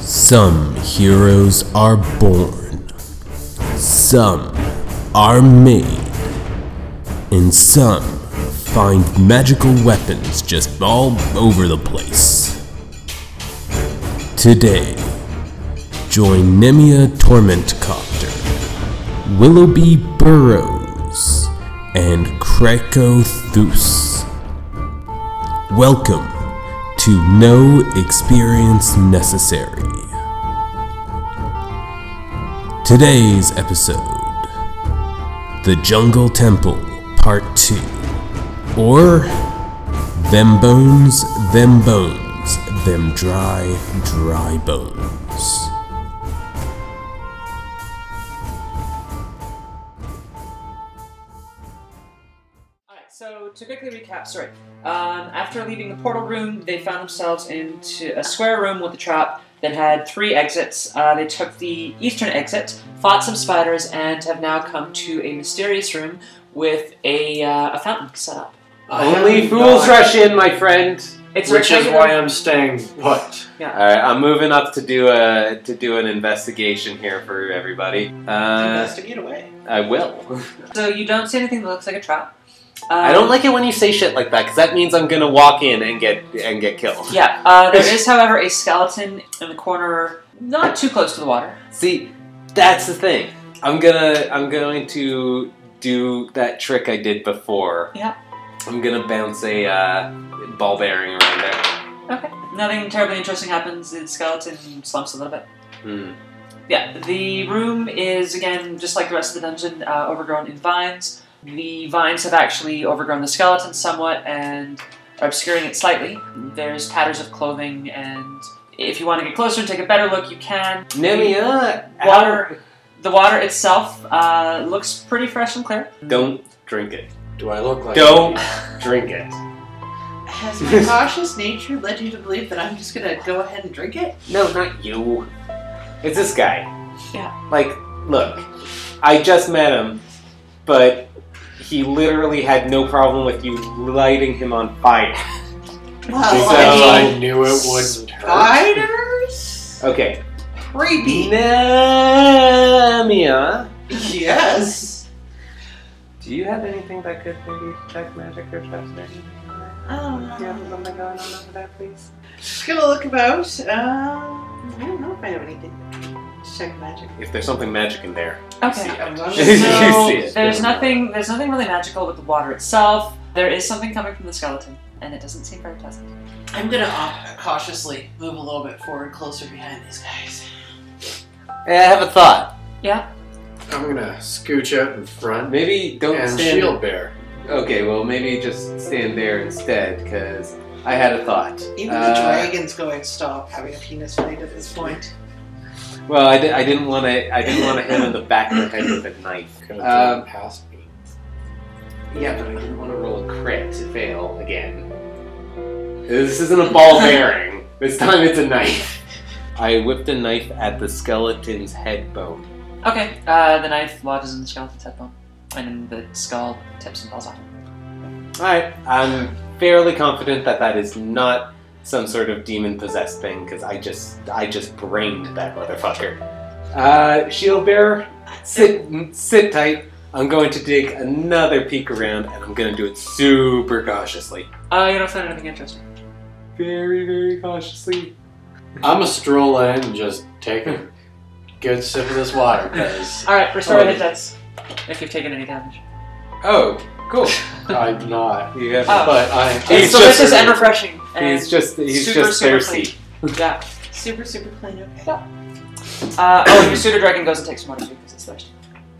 Some heroes are born, some are made, and some find magical weapons just all over the place. Today, join Nemia Tormentcopter, Willoughby Burrows, and Kreko Thus. Welcome to No Experience Necessary. Today's episode The Jungle Temple, Part 2. Or Them Bones, Them Bones, Them Dry, Dry Bones. Alright, so to quickly recap, sorry. Um, after leaving the portal room, they found themselves into a square room with a trap that had three exits. Uh, they took the eastern exit, fought some spiders, and have now come to a mysterious room with a, uh, a fountain set up. Only fools rush in, my friend. It's Which is rectangular- why I'm staying put. All right, I'm moving up to do a to do an investigation here for everybody. Uh, Investigate away. I will. So you don't see anything that looks like a trap. Um, I don't like it when you say shit like that because that means I'm gonna walk in and get and get killed. Yeah, uh, there is, however, a skeleton in the corner, not too close to the water. See, that's the thing. I'm gonna I'm going to do that trick I did before. Yeah. I'm gonna bounce a uh, ball bearing around there. Okay. Nothing terribly interesting happens. The skeleton slumps a little bit. Hmm. Yeah, the room is again just like the rest of the dungeon, uh, overgrown in vines. The vines have actually overgrown the skeleton somewhat and are obscuring it slightly. There's tatters of clothing, and if you want to get closer and take a better look, you can. Nemia, how- Water. The water itself uh, looks pretty fresh and clear. Don't drink it. Do I look like? Don't drink it. Has my cautious nature led you to believe that I'm just gonna go ahead and drink it? No, not you. It's this guy. Yeah. Like, look, I just met him, but he literally had no problem with you lighting him on fire. Well, Because So, I I knew it wouldn't mean, hurt. spiders? Okay. Creepy. Namia, Yes. do you have anything that could maybe check magic or trust anything? I don't Do you have know. something going on oh, over there, please? Just gonna look about. Um, I don't know if I have anything. Just check magic. If there's something magic in there. Okay. I'm You gonna- see So it. there's nothing. There's nothing really magical with the water itself. There is something coming from the skeleton, and it doesn't seem very pleasant. I'm gonna uh, cautiously move a little bit forward, closer behind these guys. Hey, I have a thought. I'm gonna scooch out in front Maybe don't and stand. shield bear. Okay, well maybe just stand there instead, because I had a thought. Even Uh, the dragon's going stop having a penis fight at this point. Well, I, di- I didn't want to. I didn't want to hit him in the back of the head with a knife. Could have Um, past me. Yeah, but I didn't want to roll a crit to fail again. This isn't a ball bearing. This time it's a knife. I whipped a knife at the skeleton's head bone. Okay, uh, the knife lodges in the skeleton's head bone, and then the skull tips and falls off. All right, I'm fairly confident that that is not some sort of demon possessed thing because I just I just brained that motherfucker. Uh, shield bearer, sit sit tight. I'm going to dig another peek around, and I'm going to do it super cautiously. Uh, you don't find anything interesting. Very, very cautiously. I'm gonna stroll in and just take a good sip of this water because All right, restore Oh. hit dice if you've taken any damage. Oh, cool. I'm not. You have Oh. But I. He's so just- this is and refreshing. And He's just he's super, just super thirsty. clean. Yeah. Super, super clean. Okay. Uh, oh, and your pseudo dragon goes and takes some water too because it's thirsty.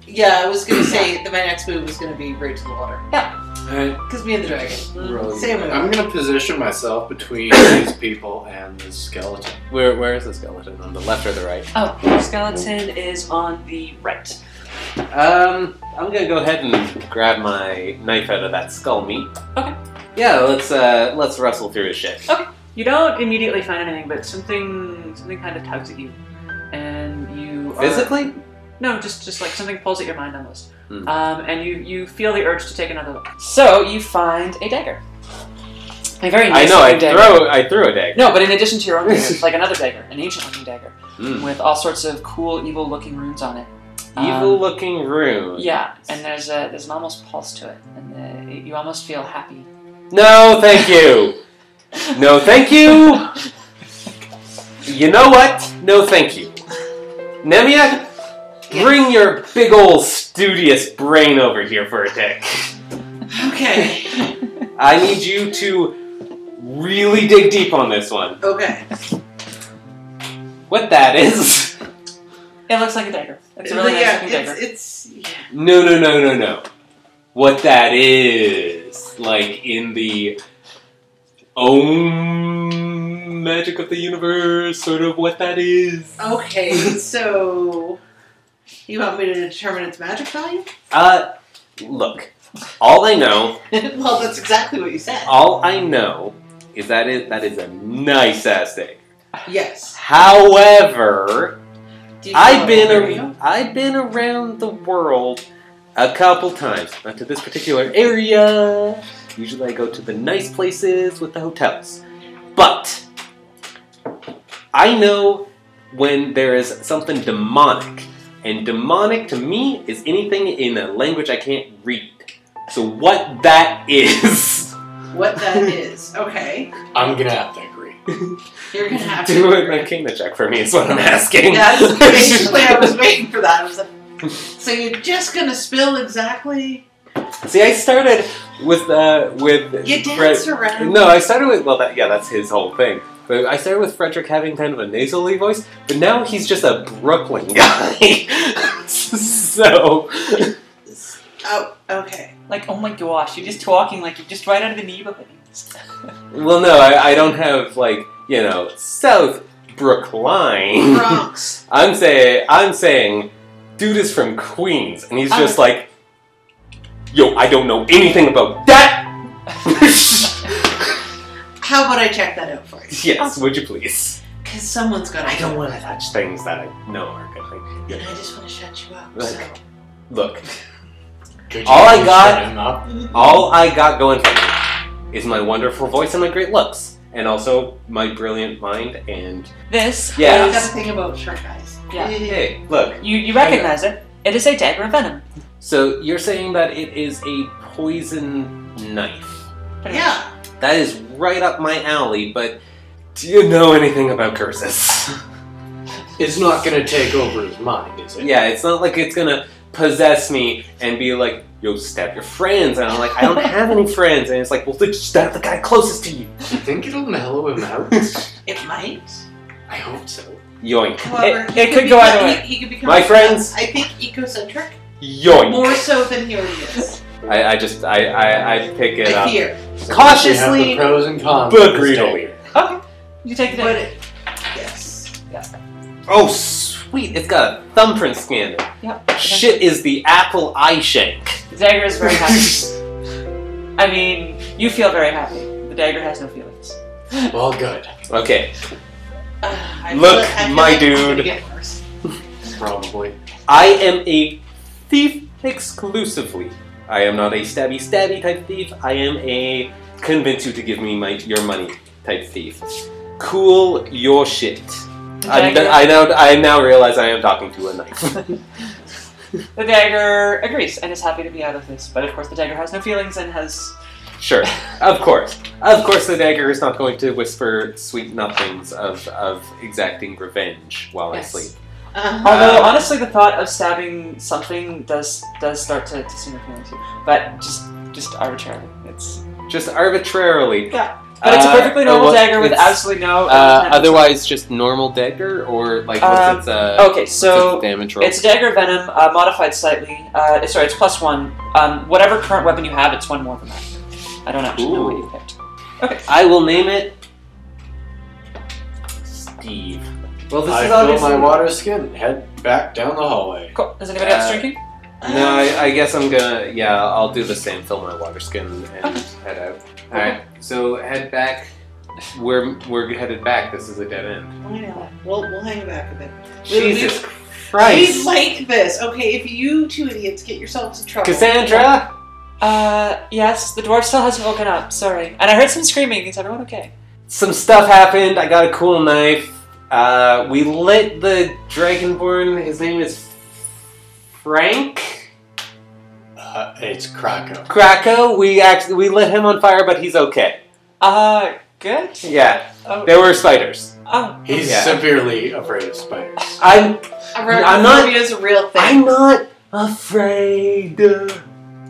Yeah, I was gonna say that my next move was gonna be right to the water. I Because me and the dragon. really- Same move. I'm gonna position myself between these people and the skeleton. Where where is the skeleton? On the left or the right? Oh, the skeleton is on the right. Um, I'm gonna go ahead and grab my knife out of that skull meat. Okay. Yeah, let's uh let's wrestle through his shit. You don't immediately find anything, but something something kind of tugs at you, and you are- Physically? No, just just like something pulls at your mind almost, Hmm. um, and you you feel the urge to take another look. So you find a dagger. A very I nice know. I looking dagger. throw. I threw a dagger. No, but in addition to your own dagger, it's like another dagger, an ancient looking dagger Mm. with all sorts of cool, evil looking runes on it. Um, Evil-looking rune. Yeah, and there's a there's an almost pulse to it, and uh you almost feel happy. No, thank you. no, thank you. You know what? No, thank you. Nemia, bring your big old studious brain over here for a tick. Okay. I need you to really dig deep on this one. Okay. What that is? It looks like a dagger. It's a really nice yeah, looking dagger. it's, it's yeah. No, no, no, no, no. What that is? Like in the Om magic of the universe, sort of what that is. Okay, so you want me to determine its magic value? Uh, look. All I know, well, that's exactly what you said. all I know is that it that is a nice ass day. Yes. However, Do you I've been follow me? a, I've been around the world a couple times. Not to this particular area. Usually I go to the nice places with the hotels. But I know when there is something demonic. And demonic to me is anything in a language I can't read. So what that is what that is. Okay, I'm gonna have to agree. you're gonna have to. Do it my kingdom check for me is what I'm asking. Yeah, that's basically I was waiting for that. I was like, so you're just gonna spill exactly? See, I started with uh, with You Fred- dance around. No, I started with well, that, yeah, that's his whole thing. But I started with Frederick having kind of a nasally voice, but now he's just a Brooklyn guy. so Oh, okay. Like, oh my gosh, you're just talking like you're just right out of the neighborhood. well, no, I, I don't have like you know South Brookline. Bronx. I'm saying I'm saying, dude is from Queens, and he's I'm- just like, yo, I don't know anything about that. How about I check that out for you? yes, would you please? Because someone's gonna. I don't want to touch things that I know are good things. And I just want to shut you up. Like- so. Look, Could All I please got- shut him up? Mm-hmm. all I got going for me is my wonderful voice and my great looks, and also my brilliant mind. And This Yeah. I got a is thing about shark eyes. Yeah. hey, look. you you recognize it. It is a dagger of venom. So you're saying that it is a poison knife? pretty much. Yeah. That is right up my alley. But do you know anything about curses? It's not gonna take over his mind, is it? yeah, it's not like it's gonna possess me and be like, "Yo, stab your friends," and I'm like, "I don't have any friends," and it's like, "Well, then just stab the guy closest to you." You think it'll mellow him out? It might. I hope so. Yoink. However, It- he it could go become- e- either way. He, he could become. My friends. I think ecocentric e- Yoink. more so than he already is. I, I just I, I I pick it I up. hear, So we have Cautiously, the pros and cons. but of this greedily. dagger. You take the but dagger. it, yes. Oh sweet, it's got a thumbprint scanner. Yep. Shit is the apple eye shank. The dagger is very happy. I mean, you feel very happy. The dagger has no feelings. Well, good. Okay, Uh, I feel Look, like- I feel my like it's dude. gonna get worse. Probably. I am a thief exclusively. I am not a stabby stabby type thief. I am a convince you to give me my your money type thief. Cool your shit. The I, dagger, I now I now realize I am talking to a knife. the dagger agrees and is happy to be out of this. But of course, the dagger has no feelings and has Sure, of course. Of course, the dagger is not going to whisper sweet nothings of, of exacting revenge while Yes. I sleep. Uh-huh. Although Uh, honestly, the thought of stabbing something does does start to, to seem appealing to you, but just just arbitrarily. It's Just arbitrarily. Yeah. but it's a Uh, perfectly normal uh, what- dagger with it's- absolutely no. Uh, no- otherwise, just normal dagger, or like what's Um, its, uh, Okay, what's its so damage roll? it's a dagger of venom uh, modified slightly. Uh, sorry, it's plus one. Um, whatever current weapon you have, it's one more than that. I don't actually know what Ooh. you picked. I will name it Steve. Well, this I is fill obviously my water skin, head back down the hallway. Cool. Is anybody else Uh, drinking? Uh-huh. No, I, I guess I'm gonna. Yeah, I'll do the same. Fill my water skin and head out. All right. So head back. We're we're headed back. This is a dead end. Why not? We'll, we'll hang back a bit. Jesus We Christ, like this. Okay, if you two idiots get yourselves in trouble. Cassandra, Uh, yes, the dwarf still hasn't woken up, sorry. And I heard some screaming. Is everyone okay? some stuff happened. I got a cool knife. Uh, we lit the dragonborn. His name is Frank Uh, it's Krakow. Krakow. We actually we lit him on fire, but he's okay. Uh, good? Yeah, Oh, there were spiders. oh. He's Yeah. severely afraid of spiders. I'm I'm not- Arachnophobia is a real thing. I'm not afraid.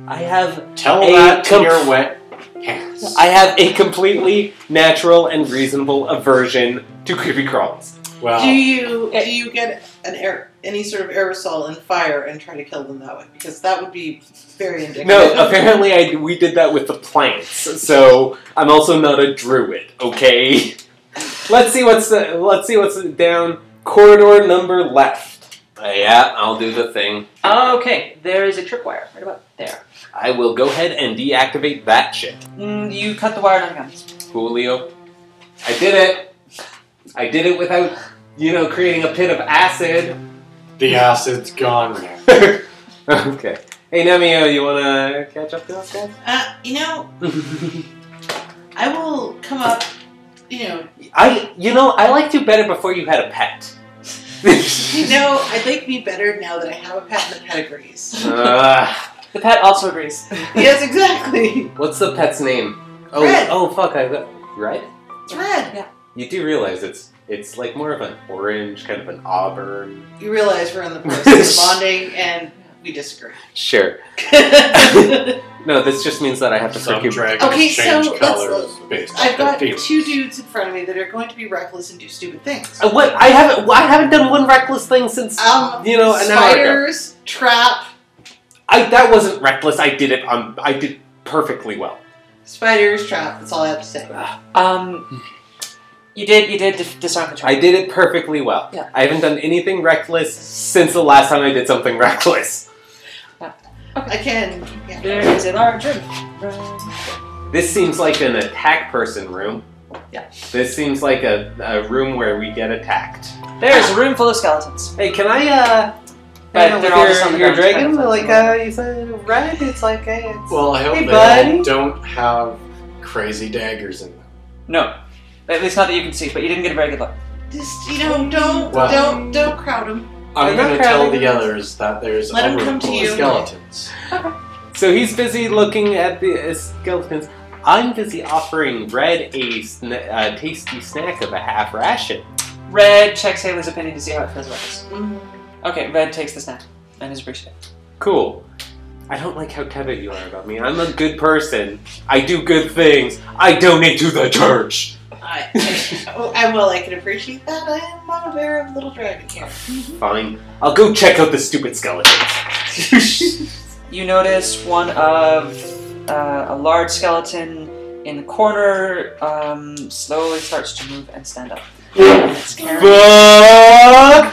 I have Tell A that to com- your wet hands. I have a completely natural and reasonable aversion to creepy crawls. well, Do you do you get an air any sort of aerosol and fire and try to kill them that way? Because that would be very indicative. No, apparently I we did that with the plants. So I'm also not a druid. Okay. Let's see what's uh, let's see what's down corridor number left. Uh, yeah, I'll do the thing. Okay, there is a tripwire right about there. I will go ahead and deactivate that shit. Mm, you cut the wire, nothing happens. Julio, I did it. I did it without you know creating a pit of acid. the acid's gone now. okay. Hey Nemio, you wanna catch up to us guys? Uh, you know, I will come up. You know, I you know I liked you better before you had a pet. you know, I'd like to be better now that I have a pet and the pet agrees. Ugh. The pet also agrees. yes, exactly. what's the pet's name? Oh, Red. oh fuck! I got red. It's red. You do realize it's it's like more of an orange, kind of an auburn. You realize we're in the process of bonding and we disagree. Sure. I've No, this just means that I have to Some freaking- dragons Okay, change so let's- colors based on their got feelings. two dudes in front of me that are going to be reckless and do stupid things. Uh, What I haven't I haven't done one reckless thing since Um, Oh, you know an hour ago. spiders, trap, I that wasn't reckless. I did it on. I did perfectly well. spiders, trap. That's all I have to say. Um, you did, you did dis- disarm the trap. I did it perfectly well. Yeah. I haven't done anything reckless since the last time I did something reckless. I can. Yeah. There is a large room. Room. This seems like an attack person room. Yeah. This seems like a, a room where we get attacked. There is a room full of skeletons. Hey, can I, uh. But hang out they're with all just on the your, your ground, kind dragon? of. Like, uh, you said red? It's like, hey, it's. Well, I hope Hey, they buddy. don't have crazy daggers in them. No. At least not that you can see, but you didn't get a very good look. Just you know, don't Wow. don't don't crowd them. I'm They're not going to tell crowded. the others that there's Let a 'em room come to full of you. skeletons. so he's busy looking at the uh, skeletons. I'm busy offering Red a, sna- a tasty snack of a half ration. Red checks Haley's opinion to see how it feels about this. Okay, Red takes the snack and is appreciative. Cool. I don't like how tepid you are about me. I'm a good person. I do good things. I donate to the church. I, I, oh, I will. I can appreciate that. I am not a bear of little dragon here. Fine. I'll go check out the stupid skeletons. You notice one of uh, a large skeleton in the corner um, slowly starts to move and stand up. Fuck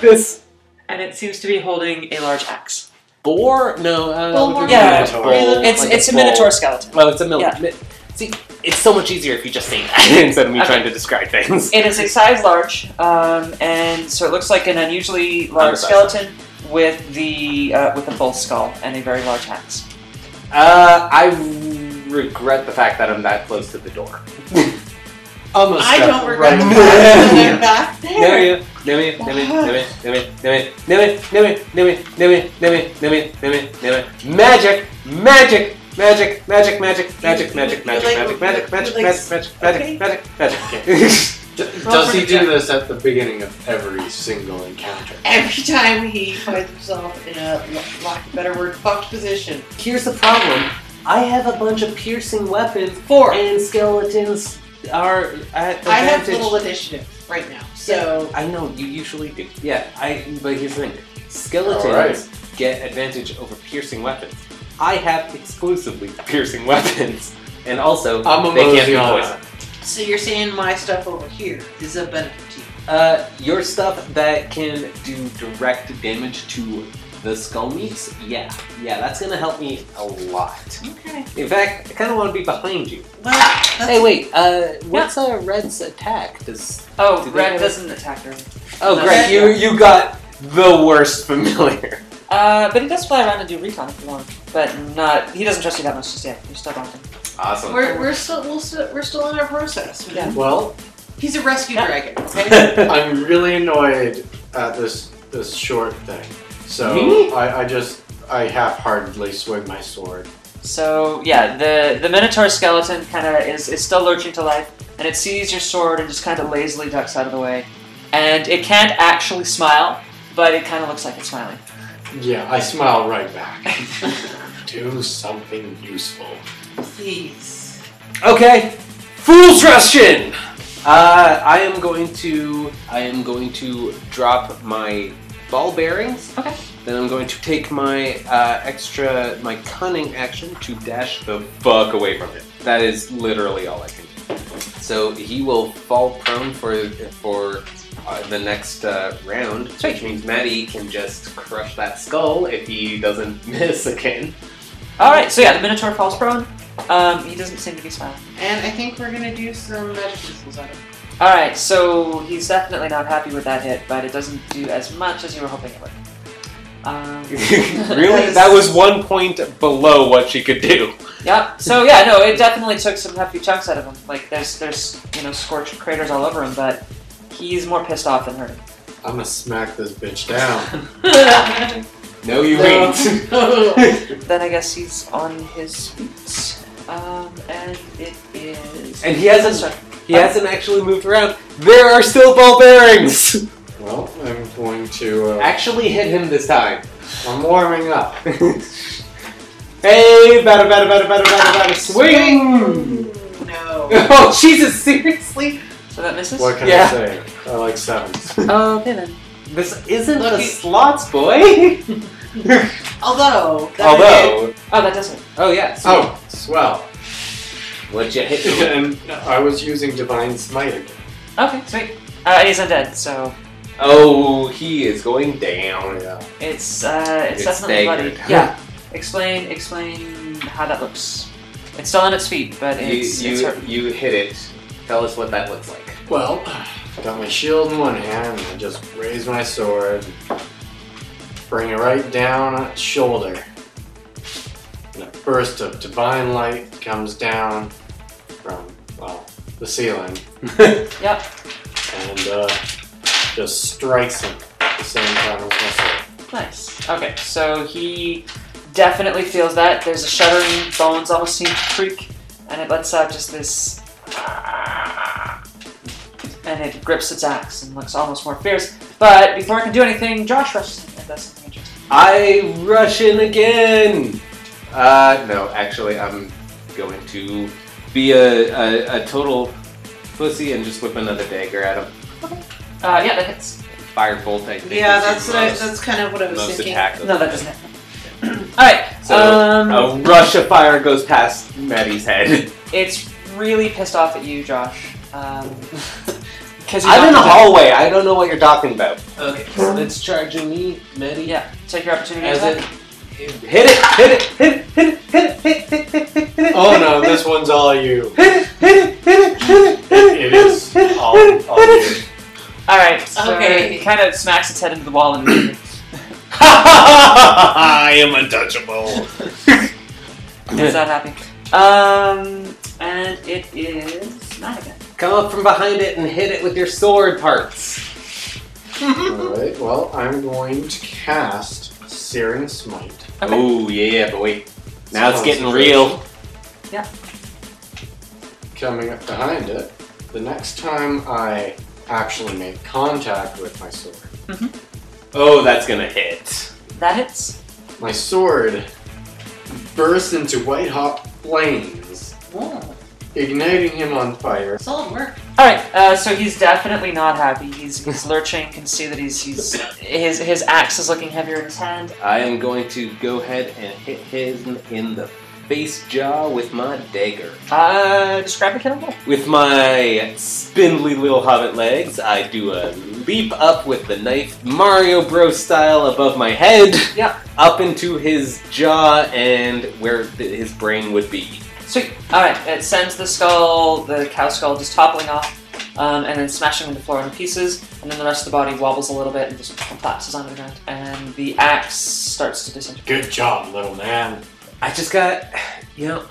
this And it seems to be holding a large axe. boar. No, uh, Bull what do we yeah. call it? Bull. Bull. It's Like it's a bull. minotaur skeleton. Oh, it's a mil- Yeah. mi- See, it's so much easier if you just say that instead of me Okay. trying to describe things. It is a size large, um, and so it looks like an unusually large Undersized. skeleton with the uh, with a bull skull and a very large axe. Uh, I regret the fact that I'm that close to the door. Almost I got don't right regret the fact there. that they're back there. Nemi, Nemi, Nemi, Nemi, Nemi, Nemi, Nemi, Nemi, Nemi, Nemi, Nemi, Nemi, Nemi, Nemi. Magic, magic, magic, magic, magic, magic, magic, magic, magic, magic, magic, magic, magic, magic, magic, magic. D- Roll does for he the do this at the beginning of every single encounter? Every time he finds himself in a la- lack of a better word, fucked position. Here's the problem. I have a bunch of piercing weapons Four. and skeletons are at advantage. I have little initiative right now, so I know you usually do. Yeah, I. But here's the thing: skeletons All right. get advantage over piercing weapons. I have exclusively piercing weapons, and also I'm a they can't be Mosiana. poisoned. so you're saying my stuff over here is a benefit to you. Uh, your stuff that can do direct damage to the skull meats. Yeah, yeah, that's gonna help me a lot. Okay. In fact, I kind of want to be behind you. Well, that's, Hey, wait. Uh, what's uh, Red's attack? Does Oh, Do they Red have- doesn't attack her. oh No, great, you you got the worst familiar. Uh, but he does fly around and do recon if you want, but not. He doesn't trust you that much just yet. You're still bumping. Awesome. We're, we're still we'll still we're still in our process. Yeah. Well, He's a rescue Yeah. dragon. Okay. I'm really annoyed at this this short thing. So Me? I, I just I half-heartedly swing my sword. So yeah, the the Minotaur skeleton kind of is, is still lurching to life, and it sees your sword and just kind of lazily ducks out of the way, and it can't actually smile, but it kind of looks like it's smiling. Yeah, I smile right back. Do something useful. Please. Okay. Fool's Russian. Uh, I am going to I am going to drop my ball bearings. Okay. Then I'm going to take my uh, extra my cunning action to dash the fuck away from him. That is literally all I can do. So he will fall prone for for uh, the next uh, round, which means Maddie can just crush that skull if he doesn't miss again. All right, so yeah, the Minotaur falls prone. Um, he doesn't seem to be smiling. And I think we're gonna do some magic missiles on him. All right, so he's definitely not happy with that hit, but it doesn't do as much as you were hoping it would. Um, really? That was one point below what she could do. Yep. So yeah, no, it definitely took some hefty chunks out of him. Like there's there's you know scorched craters all over him, but he's more pissed off than hurt. I'm gonna smack this bitch down. No, you No. ain't. then I guess he's on his feet, um, and it is. And he hasn't he hasn't actually moved around. There are still ball bearings. well, I'm going to. Uh, Actually hit him this time. I'm warming up. Hey, batter, batter, batter, batter, batter, batter, swing! No. Oh Jesus, seriously? So that misses. Oh, What can Yeah. I say? I like sevens. Okay then. This isn't Lucky- a slots, boy. Although. that Although, Oh, that doesn't. oh yeah. So Oh, swell. what you hit? me with? and I was using divine smite again. Okay, sweet. Uh, and he's undead, so Oh, he is going down. Yeah. it's uh, it's, It's definitely bloody. staggered. Yeah. Explain explain how that looks. It's still on its feet, but You it's it's you hurt. you hit it. Tell us what that looks like. Well, got my shield in one hand, and I just raise my sword, bring it right down on its shoulder. And a burst of divine light comes down from, well, the ceiling, Yep. and uh, just strikes him at the same time as my sword. Nice. Okay, so he definitely feels that. There's a shuddering, bones almost seem to creak, and it lets out just this. ah, And it grips its axe and looks almost more fierce. But before I can do anything, Josh rushes in and does something interesting. I rush in again. Uh, no, actually, I'm going to be a, a, a total pussy and just whip another dagger at him. Uh, yeah, that hits. Firebolt, I think. Yeah, is that's his what I, most, that's kind of what I was most thinking. attack. of No, the that doesn't day. hit. Alright, So oh, um, a rush of fire goes past Maddie's head. it's really pissed off at you, Josh. Um, because I'm in the hallway. I don't know what you're talking about. Okay. So it's charging me, Maddie. Yeah, take your opportunity. As attack. it, hit it, hit it, hit it, hit it, hit it, hit it, hit it, hit it, hit it. Oh no, this one's all you. Hit it, hit it, hit it, hit it, hit It it, is hit it, all, hit it, all hit it. you. All right. So Okay. It kind of smacks its head into the wall and. I am untouchable. It's not happy. Um, and it is not again. Come up from behind it and hit it with your sword parts. Alright, well, I'm going to cast Searing Smite. Okay. Oh yeah, boy. Now it's getting Concentration. real. coming up behind it, the next time I actually make contact with my sword, Oh, that's gonna hit. That hits. my sword bursts into white hot flames, Whoa, igniting him on fire. solid work. All right. Uh, so he's definitely not happy. He's he's lurching. Can see that he's he's his his axe is looking heavier in his hand. I am going to go ahead and hit him in the face jaw with my dagger. Uh, describe the kill roll. With my spindly little hobbit legs, I do a leap up with the knife, Mario Bros style, above my head. Yeah. Up into his jaw and where th- his brain would be. Sweet. All right. It sends the skull, the cow skull, just toppling off. um, and then smashing on the floor into pieces. And then the rest of the body wobbles a little bit and just collapses onto the ground. And the axe starts to disintegrate. Good job, little man. I just got, you know,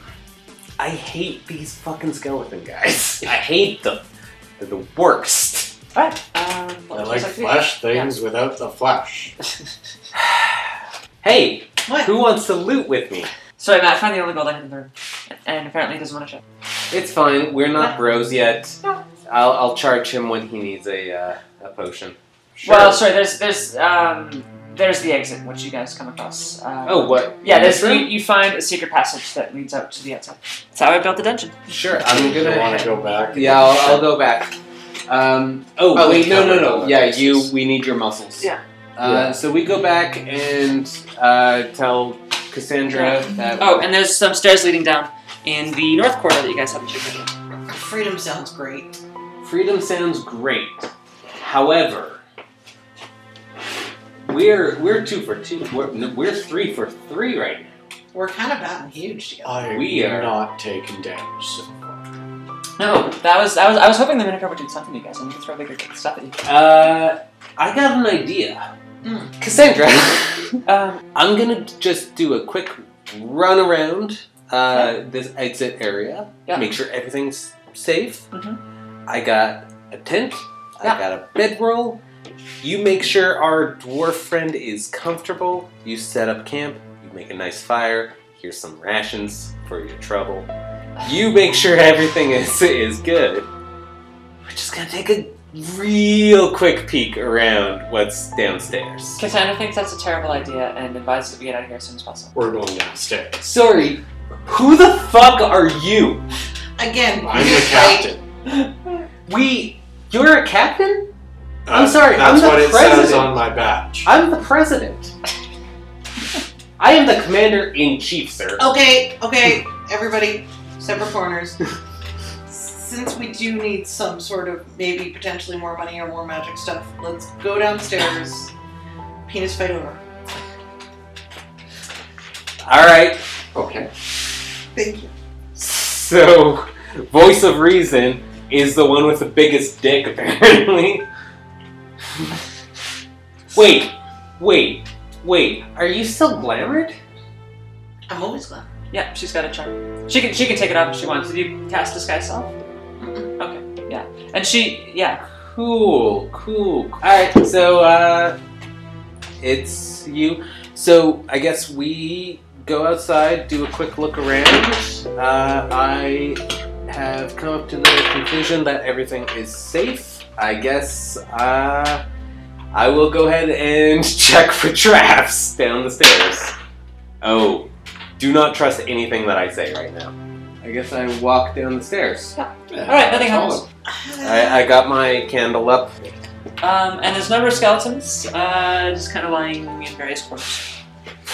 I hate these fucking skeleton guys. I hate them. They're the worst. Alright. Um, I what like was I doing? flash things without the flash. Hey, What? who wants to loot with me? Sorry, Matt. I found the only gold I had in the room, and apparently he doesn't want to check. It's fine. We're not bros yet. No. I'll, I'll charge him when he needs a uh, a potion. Sure. Well, sorry. There's there's um there's the exit which you guys come across. Um, Oh, what? Yeah, there's this you, room? you find a secret passage that leads out to the outside. That's how I built the dungeon. Sure. I'm You gonna. want to go back? Yeah, I'll, I'll go back. Um, oh, Oh, wait, we no, no, covered no. all Yeah, that. you. We need your muscles. Yeah. Uh, So we go back and uh, tell Cassandra that. Oh, and there's some stairs leading down in the north corridor that you guys haven't checked out. yet. Freedom sounds great. Freedom sounds great. However, we're we're two for two. We're, no, we're three for three right now. We're kind of batting huge together. I We are- not taking damage so far. No, that was I was I was hoping the Minotaur would do something to you guys. I'm gonna throw bigger stuff at you. Uh, I got an idea. Hmm. Cassandra, Um, I'm gonna just do a quick run around uh, this exit area. Yeah. Make sure everything's safe. Mhm. I got a tent. Yeah. I got a bedroll. You make sure our dwarf friend is comfortable. You set up camp. You make a nice fire. Here's some rations for your trouble. You make sure everything is is good. We're just gonna take a real quick peek around what's downstairs. Cassandra thinks that's a terrible idea and advises that we get out of here as soon as possible. We're going downstairs. Sorry, who the fuck are you? Again, I'm you're the right. captain. We, you're a captain? I'm Uh, sorry, I'm That's the what it says president. on my badge. I'm the president. I am the commander in chief, sir. Okay, okay, everybody, separate corners. Since we do need some sort of maybe potentially more money or more magic stuff, let's go downstairs. Penis fight over. All right. Okay. Thank you. So, voice of reason is the one with the biggest dick, apparently. wait, wait, wait. Are you still glamored? I'm always glad. Yeah, she's got a charm. She can she can take it off if she wants. Did you cast disguise self? Okay, yeah, and she yeah. Cool, cool. All right, so uh, it's you. So I guess we go outside, do a quick look around. Uh, I have come to the conclusion that everything is safe. I guess uh, I will go ahead and check for traps down the stairs. Oh, do not trust anything that I say right now. I guess I walk down the stairs. All right, nothing happens. I, I got my candle up. Um, and there's a number of skeletons, uh, just kind of lying in various corners.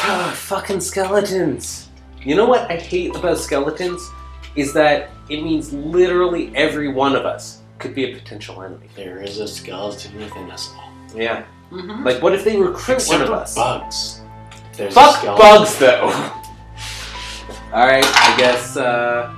Ugh, fucking skeletons. You know what I hate about skeletons is that it means literally every one of us could be a potential enemy. There is a skeleton within us all. Yeah. Mhm. Like, what if they recruit Except one of for us? bugs. There's a Fuck skeleton. bugs, though. All right, I guess. Uh,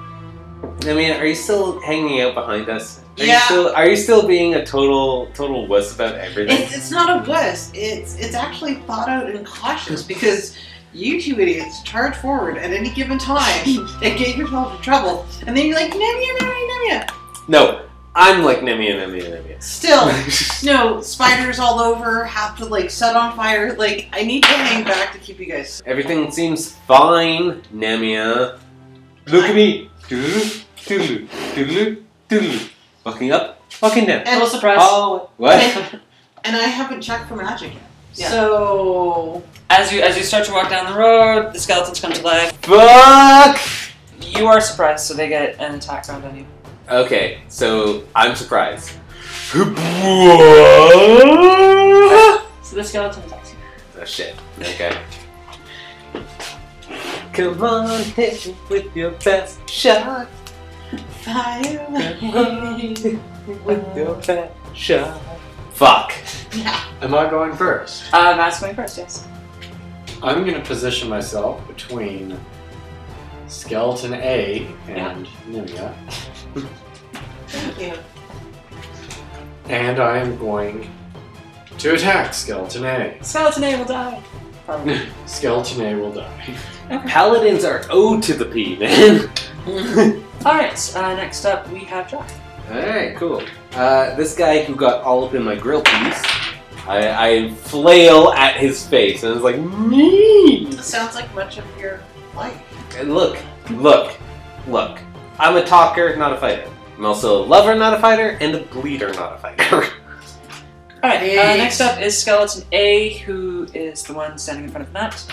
I mean, are you still hanging out behind us? Are You Yeah. still, are you still being a total total wuss about everything? It's, it's not a wuss. It's it's actually thought out and cautious because you two idiots charge forward at any given time and get yourself in trouble, and then you're like, Nemia, Nemia, Nemia. no, I'm like Nimia, Nimia, Still, Nimia. no spiders all over. Have to like set on fire. Like I need to hang back to keep you guys. Everything seems fine, Nemia. Look at me. Doodle, doodle, doodle, doodle. Fucking up, fucking down. And- Little surprise. Oh, what? And I haven't checked for magic yet. Yeah. So As you as you start to walk down the road, the skeletons come to life. Fuck! You are surprised, so they get an attack round on you. Okay, so I'm surprised. Oh, So the skeleton attacks you. Oh shit. Okay. Come on, hit me with your best shot. fire. Come on, hit me with your best shot. Fuck. Am I going first? Uh, Matt's going first, yes. I'm gonna position myself between skeleton A and Nimia. Thank you. And I am going to attack Skeleton A. Skeleton A will die. Probably. Skeleton A will die. Paladins are O to the P, man. Alright, uh, next up we have Jack. Alright, cool. Uh, this guy who got all up in my grill piece, I, I flail at his face and it's like, me! It sounds like much of your life. And look, look, look. I'm a talker, not a fighter. I'm also a lover, not a fighter, and a bleeder, not a fighter. Alright, uh, Hey. next up is Skeleton A, who is the one standing in front of Matt.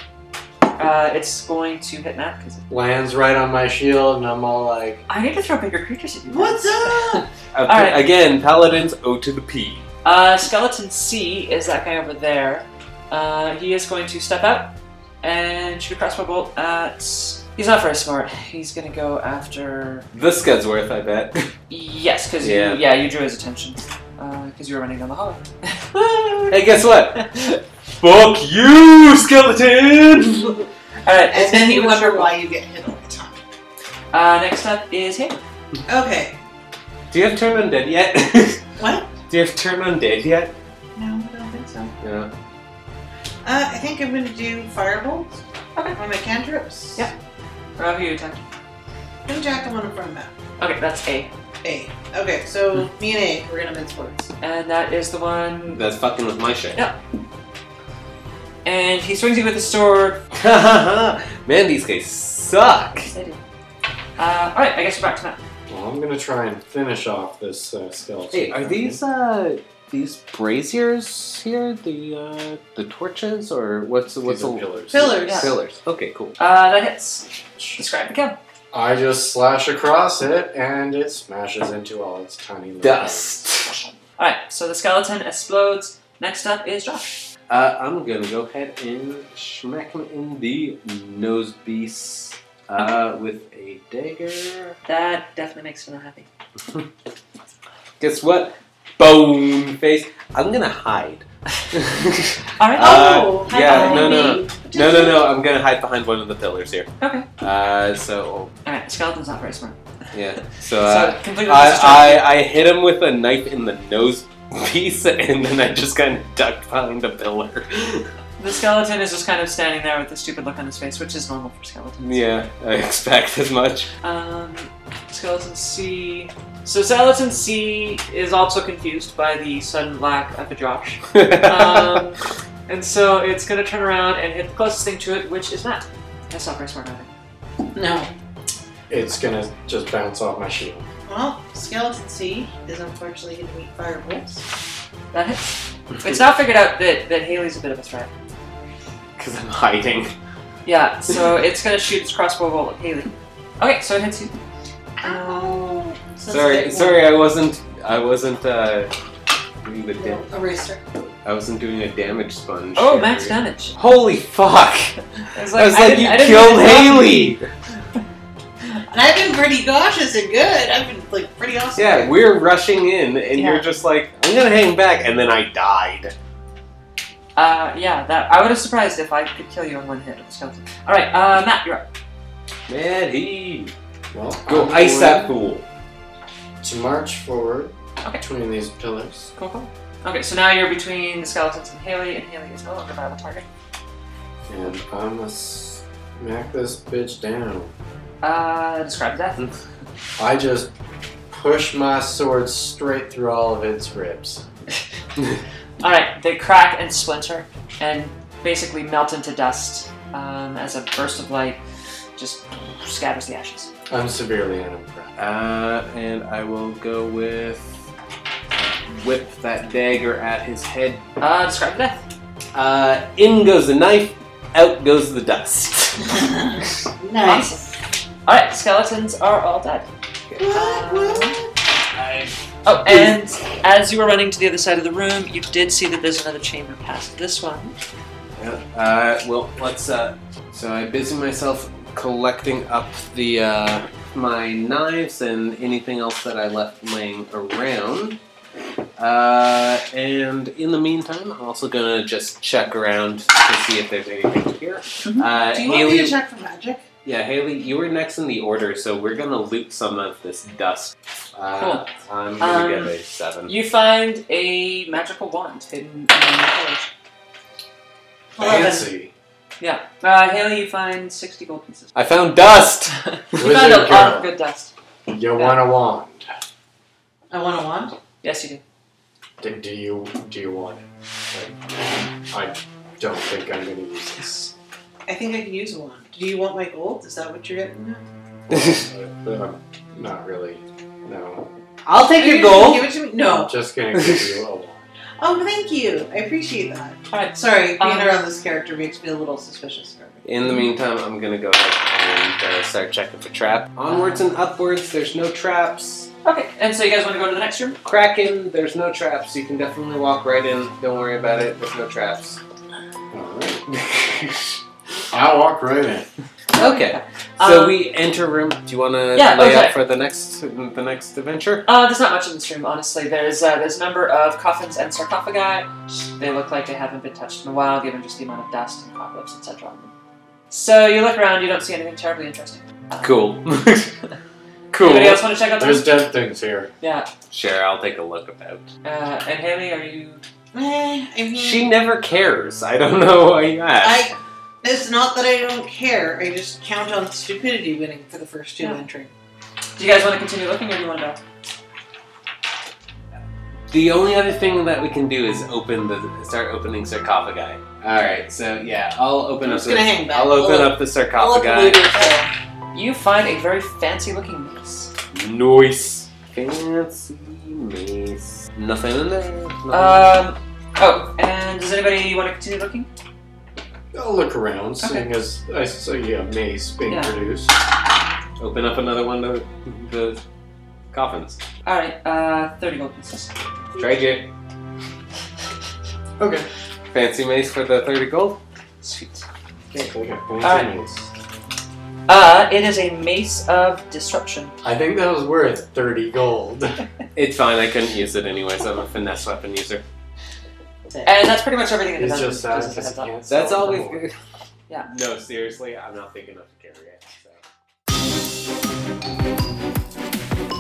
Uh, it's going to hit Matt because Lands right on my shield, and I'm all like, I need to throw bigger creatures at you. What's up? Uh, Alright. Again, paladins O to the P. Uh, Skeleton C is that guy over there. Uh, he is going to step out and shoot a crossbow bolt at. He's not very smart. He's gonna go after. The Scudsworth, I bet. Yes, because Yeah. you, yeah, you drew his attention because you were running down the hallway. hey, guess what? Fuck you, skeleton! All right, And and then you will wonder wonder why you get hit all the time. Uh, next up is him. Okay. Do you have turn undead yet? What? Do you have turn undead yet? No, I don't think so. No. Uh, I think I'm going to do firebolt. Okay. On my cantrips. Yep. Rob, who you attacked? I'm going to jack the one in front of Matt. Okay, that's A, A. Okay, so me and A, we're going to mince words. and that is the one. That's fucking with my shit. Yeah. And he swings you with his sword. Man, these guys suck. Yes, they do. Uh, all right, I guess we're back to Matt. well, I'm gonna try and finish off this uh, skeleton. Hey, are these uh these braziers here the uh the torches or what's These what's are the pillars. Pillars. Yeah. pillars? Okay, cool. Uh, that hits. Describe the kill. I just slash across it, and it smashes into all its tiny little Dust. All right, so the skeleton explodes. Next up is Josh. Uh, I'm gonna go ahead and smack him in the nose piece uh, with a dagger. That definitely makes me not happy. Guess what? Bone face. I'm gonna hide. All right. Uh, oh, hi, yeah, hi, no, no, me. no, no, no. I'm gonna hide behind one of the pillars here. Okay. Uh, so All right. Skeleton's not very smart. yeah. So. Uh, so completely. distracted. I, I, I hit him with a knife in the nose piece and then I just kind of ducked behind a pillar. The skeleton is just kind of standing there with a stupid look on his face, which is normal for skeletons. yeah, I expect as much. Um, skeleton C. So skeleton C is also confused by the sudden lack of a Josh, um, and so it's gonna turn around and hit the closest thing to it, which is Matt. That's not very smart, either. No. It's gonna just bounce off my shield. Well, Skeleton C is unfortunately going to meet firebolts. That hits. It's now figured out that that Haley's a bit of a threat. Because I'm hiding. Yeah, so it's gonna shoot its crossbow bolt at Haley. Okay, so it hits you. Oh. Ow. Um, So that's sorry, like sorry, I wasn't. I wasn't. Uh, doing the one da- Eraser. I wasn't doing a damage sponge. Oh, here. max damage. Holy fuck! I was I was I like, didn't- I you didn't killed even- Haley. And I've been pretty cautious and good. I've been like pretty awesome. Yeah, we're rushing in, and Yeah. you're just like, I'm gonna hang back, and then I died. Uh, yeah, that I would have surprised if I could kill you in one hit with skeleton. All right, uh, Matt, you're up. Man, he Well, go I'm ice that going fool. To march forward Okay. between these pillars. Cool, cool. Okay, so now you're between the skeletons and Haley, and Haley is no longer a viable target. And I'm gonna smack this bitch down. Uh, describe death. I just push my sword straight through all of its ribs. All right, they crack and splinter and basically melt into dust um, as a burst of light just scatters the ashes. I'm severely unimpressed. Uh, and I will go with whip that dagger at his head. Uh, describe death. Uh, in goes the knife, out goes the dust. Nice. All right, skeletons are all dead. What? What? Oh, and as you were running to the other side of the room, you did see that there's another chamber past this one. Uh, well, let's. Uh, so I busy myself collecting up the uh, my knives and anything else that I left laying around. Uh, and in the meantime, I'm also gonna just check around to see if there's anything here. Uh, Do you want Haley- me to check for magic? Yeah, Haley, you were next in the order, so we're gonna loot some of this dust. Uh, I'm gonna Um, give a seven. You find a magical wand hidden in the forge. Fancy. Yeah. Uh, Haley, you find 60 gold pieces. I found dust. you Wizard found a lot girl. of good dust. You want a wand? I want a wand. Yes, you do. Do, do you do you want it? Like, I don't think I'm gonna use this. I think I can use a wand. Do you want my gold? Is that what you're getting at? But I'm not really. No, I'll take Are your you gonna gold. Give it to me. No. Oh. I'm just gonna give you a wand. Oh, thank you. I appreciate that. Alright. Sorry, being Um, around this character makes me a little suspicious. In the meantime, I'm gonna go ahead and uh, start checking for trap. Onwards and upwards. There's no traps. Okay, and so you guys want to go to the next room? Kraken. There's no traps. You can definitely walk right in. Don't worry about it. There's no traps. Alright. I'll walk right in. Okay. So Um, we enter room. Do you want to Yeah, lay okay. out for the next the next adventure? Uh, there's not much in this room, honestly. There's uh, there's a number of coffins and sarcophagi. They look like they haven't been touched in a while, given just the amount of dust and cobwebs, etc. on them. So you look around, you don't see anything terribly interesting. Cool. cool. Anybody else want to check out the room? There's dead things here. Yeah. Sure, I'll take a look about. Uh, and Haley, are you? Eh, I mean, She never cares. I don't know why you asked. I. It's not that I don't care. I just count on stupidity winning for the first two Yeah. entry. Do you guys want to continue looking, or do you want to? The only other thing that we can do is open the start opening sarcophagi. All right, so yeah, I'll open I'm up. just the, gonna hang back. I'll open I'll- up the I'll let the sarcophagi. leader go. You find a very fancy-looking mace. Noise. Fancy mace. Nothing in there. nothing- Um. Oh, and does anybody want to continue looking? I'll look around, seeing as I see a mace being Yeah. produced. open up another one of the coffins. All right. Uh, thirty gold pieces. Trade you. Okay. Fancy mace for the thirty gold. Sweet. Like a fancy Alright. mace. Uh, it is a mace of disruption. I think that was worth 30 gold. It's fine. I couldn't use it anyway, so I'm a finesse weapon user. And that's pretty much everything in the It's dungeon. just sad just as a because heads he up. can't sell That's all it we've. anymore. Yeah. No, seriously, I'm not big enough to carry it. So.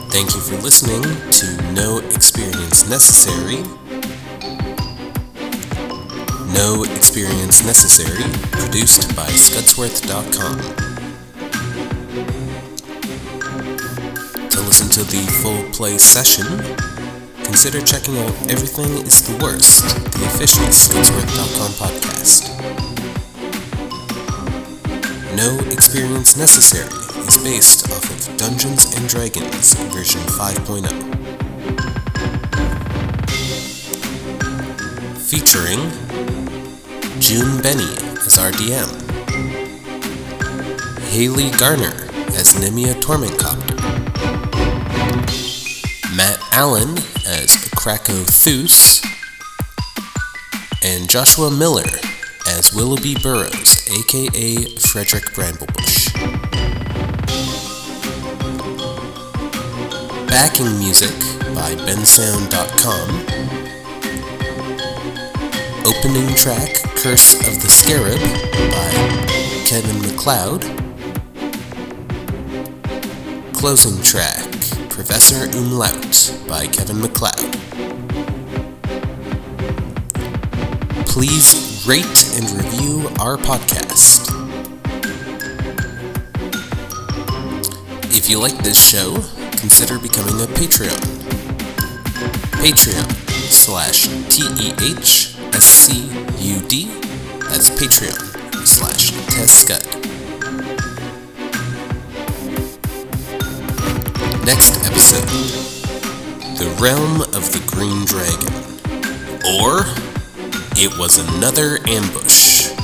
Thank you for listening to No Experience Necessary. No Experience Necessary, produced by Scudsworth.com. To listen to the full play session, consider checking out Everything is the Worst, the official Scudsworth.com podcast. No Experience Necessary is based off of Dungeons and Dragons version oh. 5.0. Featuring June Benny as our DM, Haley Garner as Nimia Tormentcopter, Matt Allen as Krakow Thus, and Joshua Miller as Willoughby Burrows, aka Frederick Bramblebush. Backing music by bensound.com. Opening track Curse of the Scarab by Kevin McLeod. Closing track Professor Umlaut by Kevin McLeod. please rate and review our podcast. If you like this show, consider becoming a Patreon. Patreon slash T E H S C U D. That's Patreon slash E Tess Scud. Next episode The Realm of the Green Dragon. Or. It was another ambush.